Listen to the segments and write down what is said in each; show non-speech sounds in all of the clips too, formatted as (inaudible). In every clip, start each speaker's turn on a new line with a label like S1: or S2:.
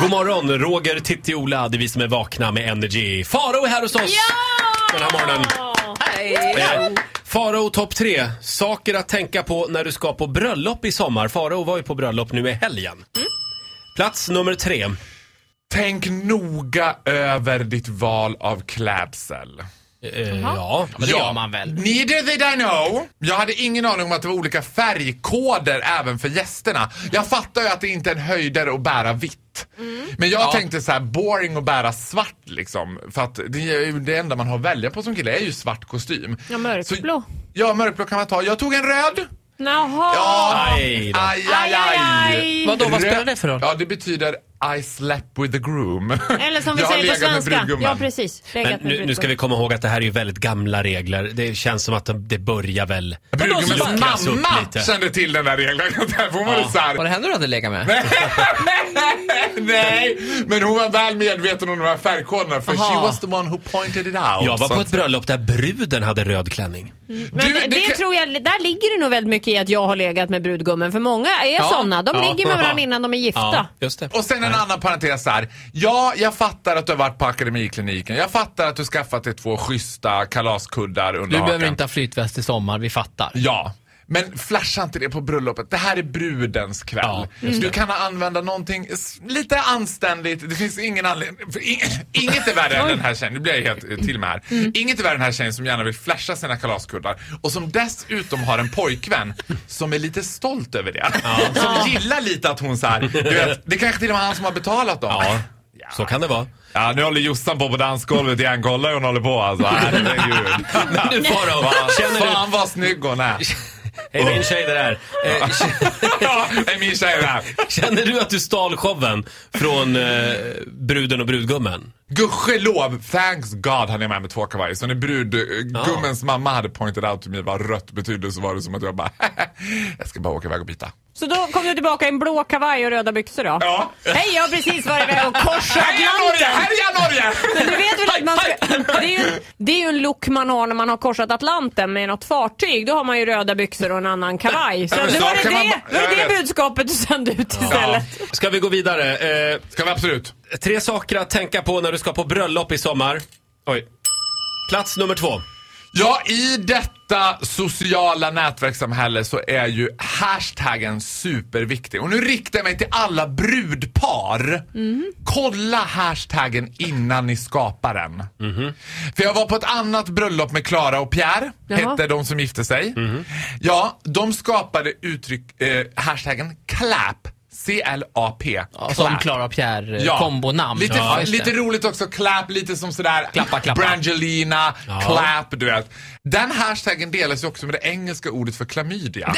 S1: God morgon, Roger, Titti, Ola. Det är vi som är vakna med Energy. Faro är här hos oss den här morgonen. Eh, Farao topp tre. Saker att tänka på när du ska på bröllop i sommar. Farao var ju på bröllop nu i helgen.
S2: Mm.
S1: Plats nummer tre.
S2: Tänk noga över ditt val av klädsel.
S1: Eh, ja.
S3: Men det gör man väl?
S2: Neither did I know. Jag hade ingen aning om att det var olika färgkoder även för gästerna. Jag fattar ju att det inte är en höjdare att bära vitt.
S4: Mm.
S2: Men jag tänkte så här: boring att bära svart liksom. För att det, är ju det enda man har att välja på som kille är ju svart kostym.
S4: Ja, mörkblå.
S2: Så, ja, mörkblå kan man ta. Jag tog en röd.
S4: Jaha.
S2: Ja.
S1: Aj då.
S2: aj, aj. aj,
S4: Aj, aj,
S3: Vadå, vad spelar det för roll?
S2: Ja, det betyder I slept with the groom.
S4: Eller som vi
S2: Jag har
S4: säger på
S2: legat med
S4: svenska.
S2: brudgummen.
S4: Ja, precis. Legat
S1: Men
S4: med
S1: nu, nu ska
S4: brudgummen.
S1: vi komma ihåg att det här är ju väldigt gamla regler. Det känns som att de- det börjar väl...
S2: Brudgummens
S1: Vadå, så- luckras upp
S2: mamma
S1: lite.
S2: kände till den där regeln. (laughs) Där får man
S1: Ja.
S2: ja. så här.
S3: Var det henne du hade legat med?
S2: Nej, (laughs) men hon var väl medveten om de här färgkoderna för
S3: Aha.
S2: she was the one who pointed it out.
S1: Jag var
S2: Så
S1: på
S2: att-
S1: ett bröllop där bruden hade röd klänning.
S4: Men
S2: Du,
S4: det,
S2: det kan-
S4: tror jag, där ligger det nog väldigt mycket i att jag har legat med brudgummen. För många är såna. sådana. De
S1: ja.
S4: ligger med varandra innan de är gifta.
S1: just det.
S2: Och sen en annan parentes så här. Ja, jag fattar att du har varit på akademikliniken. Jag fattar att du skaffat dig två schyssta kalaskuddar under
S3: Du behöver
S2: hakan.
S3: inte ha flytväst i sommar, vi fattar.
S2: Ja. Men flasha inte det på bröllopet. Det här är brudens kväll.
S1: Ja,
S2: du kan använda någonting s- lite anständigt. Det finns ingen anledning. för ing- (laughs) Inget är värre än den här tjejen. Nu blir jag helt eh, till med här.
S1: Mm.
S2: Inget är värre än den här tjejen som gärna vill flasha sina kalaskuddar och som dessutom har en pojkvän som är lite stolt över det. Som gillar lite att hon så här, du vet, det kanske till och med är han som har betalat dem.
S1: Ja, så kan det vara.
S2: Ja, nu håller Jossan på på dansgolvet igen. Kolla hur hon håller
S1: (laughs)
S2: på alltså. Herregud.
S1: Men du
S2: (laughs)
S1: Farao, känner du...
S2: Fan vad snygg hon är.
S1: Är din tjej det där? Eh,
S2: (laughs) Ja, det är min tjej det här.
S1: Känner du att du stal showen från eh, bruden och brudgummen?
S2: Gudskelov, thanks God, han är med med två kavajer. Så när brudgummens mamma hade pointed out till mig vad rött betyder så var det som att jag bara, (laughs) jag ska bara åka iväg och byta.
S4: Så då kom du tillbaka i en blå kavaj och röda byxor då?
S2: Ja.
S4: Hej, jag har precis varit iväg och korsat
S2: Heja Norge! Heja Norge! (laughs)
S4: Men du vet väl att man ska, det, är ju, det är ju en look man har när man har korsat Atlanten med något fartyg. Då har man ju röda byxor och en annan kavaj. Så
S2: Ja, men
S4: nu var
S2: snart
S4: det
S2: kan man
S4: det,
S2: ba-
S4: nu var
S2: jag
S4: det, det
S2: vet.
S4: budskapet du sände ut istället.
S1: Ska vi gå vidare? Eh,
S2: Ska vi absolut.
S1: tre saker att tänka på när du ska på bröllop i sommar. Oj. Plats nummer två.
S2: Ja, i detta sociala nätverkssamhälle så är ju hashtaggen superviktig. Och nu riktar jag mig till alla brudpar. Kolla hashtaggen innan ni skapar den. För jag var på ett annat bröllop med Klara och Pierre,
S4: Jaha.
S2: hette de som gifte sig. Ja, de skapade uttryck, eh, hashtaggen clap. C-L-A-P.
S3: Ja, alltså Som Klara och Pierre eh, kombonamn.
S2: Lite,
S3: Ja, just det.
S2: lite roligt också, clap, lite som sådär
S3: Klappa, klappa.
S2: Brangelina, clap, du vet. Den hashtaggen delas ju också med det engelska ordet för klamydia.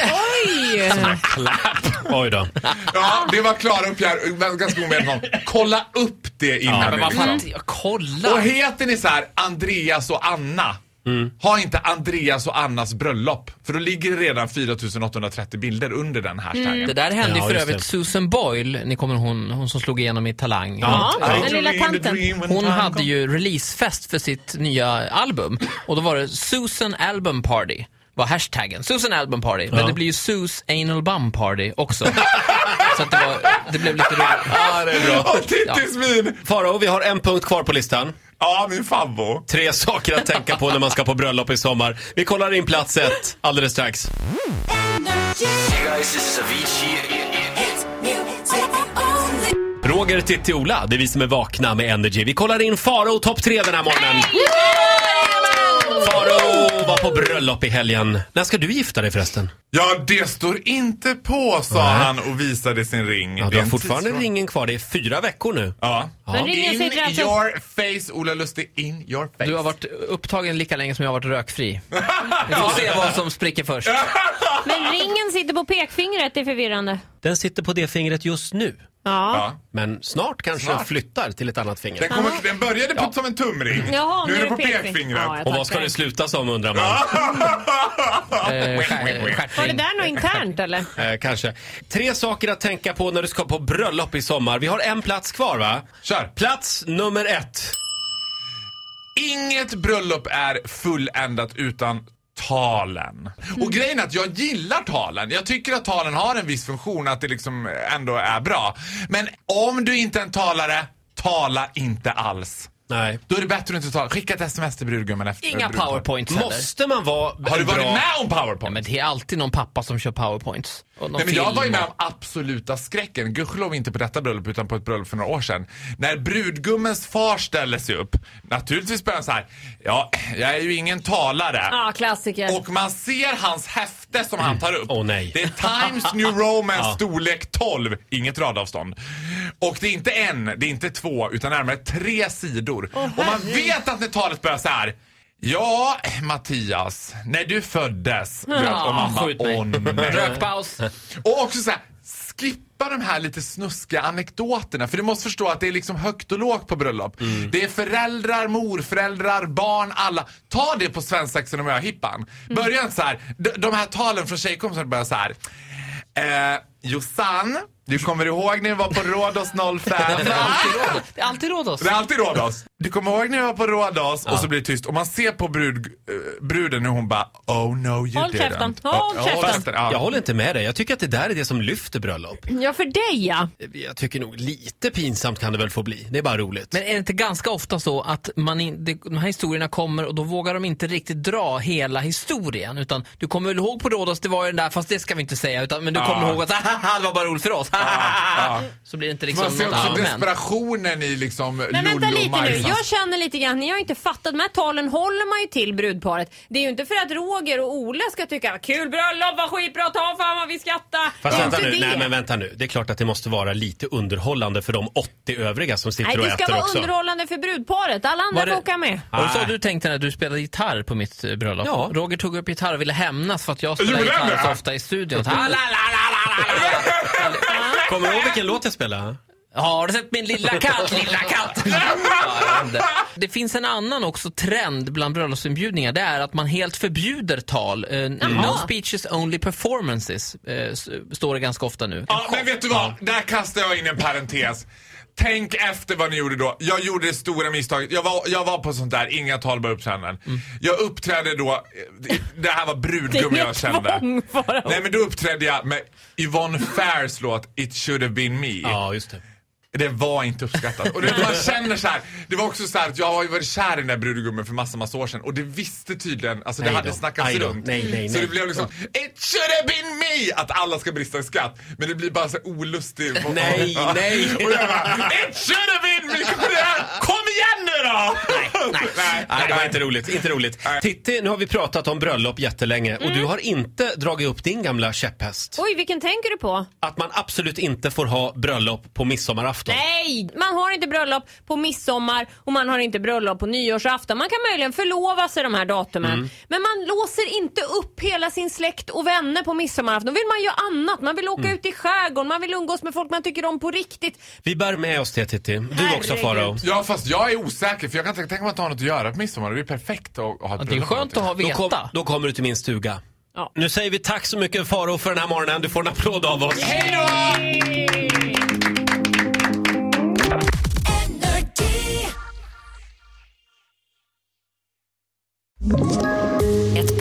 S4: Oj!
S1: Oj då.
S2: ja, det var Klara och Pierre, eh, ganska omedvetna om. Kolla upp det innan
S3: Men
S2: ni
S3: vad fan,
S2: liksom.
S3: jag kolla!
S2: Och heter ni så här Andreas och Anna,
S3: Mm.
S2: ha inte Andreas och Annas bröllop. För då ligger det redan 4830 bilder under den hashtaggen.
S3: Det där hände ju
S1: Ja,
S3: för
S1: just
S3: övrigt
S1: det.
S3: Susan Boyle, ni kommer ihåg hon, hon som slog igenom i Talang.
S4: Ja,
S2: I
S4: den lilla
S2: dreamed a
S4: tanten.
S2: dream when
S3: Hon
S2: time
S3: hade
S2: comes.
S3: ju releasefest för sitt nya album och då var det Susan Album Party var hashtaggen. Susan Album Party. Men det blir ju Sus Anal Bum Party också.
S2: (laughs)
S3: Så att det, var, det blev lite roligt. (laughs) Ja, det är
S2: Och Tittis min!
S1: Farao, vi har en punkt kvar på listan.
S2: Ja, min favvo.
S1: Tre saker att tänka på när man ska på bröllop i sommar. Vi kollar in plats ett alldeles strax.
S5: Energy.
S6: Hey guys, this is Avicii.
S5: Hits music only.
S1: Roger, Titti, Ola. Det är vi som är vakna med Energy. Vi kollar in Farao topp tre den här morgonen. Farao var på bröllop i helgen. När ska du gifta dig förresten?
S2: Ja, det står inte på, sa han och visade sin ring.
S1: Ja,
S2: Det
S1: du
S2: är
S1: har
S2: en
S1: fortfarande
S2: tidsfråga.
S1: ringen kvar. Det är fyra veckor nu.
S2: Ja.
S4: Men ringen
S2: In
S4: sitter alltså-
S2: your face, Ola Lustig. In your face.
S3: Du har varit upptagen lika länge som jag har varit
S2: (laughs)
S3: rökfri. Vi får se vad som spricker först.
S4: Men ringen sitter på pekfingret, det är förvirrande.
S1: Den sitter på det fingret just nu.
S4: Ja.
S2: Ja.
S1: Men snart kanske den flyttar till ett annat finger.
S2: Den, kommer, den började på, som en tumring.
S4: Jaha,
S2: nu är den på
S4: pekfing-
S2: pekfingret.
S4: Ja, jag
S1: Och vad ska
S4: fattar.
S1: det sluta som undrar man?
S3: Eh, skär-
S4: Var det
S3: Skärtring.
S4: där något internt eller?
S2: (laughs)
S1: Eh, kanske. Tre saker att tänka på när du ska på bröllop i sommar. Vi har en plats kvar va?
S2: Kör.
S1: Plats nummer ett.
S2: Inget bröllop är fulländat utan talen. Och grejen är att jag gillar talen. Jag tycker att talen har en viss funktion, att det liksom ändå är bra. Men om du inte är en talare, tala inte alls.
S1: Nej.
S2: Då är det bättre att du inte talar. Skicka ett sms till brudgummen efter.
S3: Inga
S2: brudparet.
S3: powerpoints heller.
S1: Måste man vara
S2: Har du varit
S1: bra...
S2: med om
S3: Ja,
S2: powerpoint?
S3: men det är alltid någon pappa som kör powerpoints. Och någon
S2: Nej, men jag
S3: film
S2: var ju med
S3: och-
S2: om absoluta skräcken, gudskelov inte på detta bröllop utan på ett bröllop för några år sedan. När brudgummens far ställer sig upp, naturligtvis börjar han så här. ja, jag är ju ingen talare.
S4: Ja, klassiker.
S2: Och man ser hans häfte som han tar upp.
S1: Åh, nej.
S2: Det är Times New Roman storlek 12, inget radavstånd. Och det är inte en, det är inte två, utan närmare tre sidor. och man vet att när talet börjar så här. Ja, Mattias, när du föddes. du vet, och man bara,
S3: skjut mig.
S2: åh nej.
S3: Rökpaus.
S2: Och också så här, skippa de här lite snuskiga anekdoterna. För du måste förstå att det är liksom högt och lågt på bröllop.
S3: Mm.
S2: Det är föräldrar, morföräldrar, barn, alla. Ta det på svensexan och möhippan.
S3: Mm.
S2: Börja inte så här. De, de här talen från tjejkompisar börjar så här. Eh, Jossan, du kommer ihåg när vi var på Rhodos
S3: (laughs)
S2: 05?
S3: Det är alltid Rhodos.
S2: Det är alltid Rhodos. Du kommer ihåg när jag var på Rhodos och så blir det tyst och man ser på brud, eh, bruden hur hon bara Oh no you
S4: Håll
S2: didn't.
S4: käften. Håll
S2: Ja,
S4: käften.
S2: ja.
S1: Jag håller inte med dig. Jag tycker att det där är det som lyfter bröllop.
S4: Ja, för dig ja.
S1: Jag tycker nog lite pinsamt kan det väl få bli. Det är bara roligt.
S3: Men är det inte ganska ofta så att man in, det, de här historierna kommer och då vågar de inte riktigt dra hela historien. Utan du kommer väl ihåg på Rhodos, det var ju den där, fast det ska vi inte säga. Utan, men du kommer ihåg att (laughs) "Hahaha, det var bara roligt för oss.
S2: ja.
S3: (laughs) Så blir det inte liksom
S2: Man ser
S3: något
S2: också
S3: allmänt.
S2: desperationen i liksom
S4: Men
S2: Lollo
S4: vänta
S2: och
S4: lite nu,
S2: Majsan.
S4: jag känner lite grann, ni har ju inte fattat, de här talen håller man ju till brudparet. Det är ju inte för att Roger och Ola ska tycka "Vad kul bröllop, vad skitbra, ta fan vad vi skrattar.
S1: Fast
S4: det är
S1: vänta
S4: inte
S1: nu,
S4: det.
S1: nej men vänta nu. Det är klart att det måste vara lite underhållande för de 80 övriga som sitter
S4: Nej,
S1: och
S4: det ska
S1: äter
S4: vara
S1: också.
S4: underhållande för brudparet, alla andra
S3: Var
S4: får
S3: det-
S4: åka med.
S3: Och så du tänkte när du spelade gitarr på mitt eh, bröllop.
S1: Ja.
S3: Roger tog upp gitarr och ville hämnas för att jag spelade
S2: Gjorde han
S3: gitarr
S2: det?
S3: så ofta i studion. Så, "Ah, la, la."
S1: Kommer du ihåg vilken låt jag spelade?
S3: Har du sett min lilla katt, lilla katt? Ja, jag vet inte. det finns en annan också trend bland bröllopsinbjudningar. Det är att man helt förbjuder tal. Eh, No speeches, only performances. eh, s- står det ganska ofta nu.
S2: Ja, men vet du vad? Där kastar jag in en parentes. Tänk efter vad ni gjorde då. Jag gjorde det stora misstaget. Jag var, jag var på sånt där, inga tal bara uppträdanden. Jag uppträdde då, eh, det här var brudgummen jag kände. Nej men då uppträdde jag med Yvonne Fairs låt It should have been me.
S1: Ja, just det.
S2: Det var inte uppskattat. Och det, man känner så här, det var också så här att jag har ju varit kär i den där brudgummen för massa, massa år sedan och det visste tydligen, alltså det
S1: Nej
S2: hade
S1: då,
S2: snackats
S1: nej då,
S2: runt.
S1: nej, nej,
S2: så
S1: nej.
S2: det blev liksom, it should have been me! Att alla ska brista i skratt. Men det blir bara så här olustig.
S1: Nej,
S2: Ja.
S1: nej.
S2: Och jag bara, it should have been me! Kom igen, kom igen nu då! Nej, (laughs) nej,
S1: Nej, det var inte roligt. Inte roligt. Titti, nu har vi pratat om bröllop jättelänge och du
S4: Mm.
S1: har inte dragit upp din gamla käpphäst.
S4: Oj, vilken tänker du på?
S1: Att man absolut inte får ha bröllop på midsommarafton.
S4: Nej! Man har inte bröllop på midsommar och man har inte bröllop på nyårsafton. Man kan möjligen förlova sig de här datumen. Men man låser inte upp hela sin släkt och vänner på midsommarafton. Då vill man göra annat. Man vill åka ut i skärgården, man vill umgås med folk man tycker om på riktigt.
S1: Vi bär med oss det Titti. Du också
S4: Herregud.
S1: Farao.
S2: Ja fast jag är osäker för jag kan tänka tänk om man tar något att göra på midsommar. Det är ju perfekt att, att ha ett
S3: Ja, det är
S2: bröllop
S3: skönt att ha
S1: Då,
S3: veta.
S1: kom, då kommer du till min stuga.
S4: Ja.
S1: Nu säger vi tack så mycket Farao för den här morgonen. Du får en applåd av oss.
S2: Hej då!
S5: Energy.
S7: Ett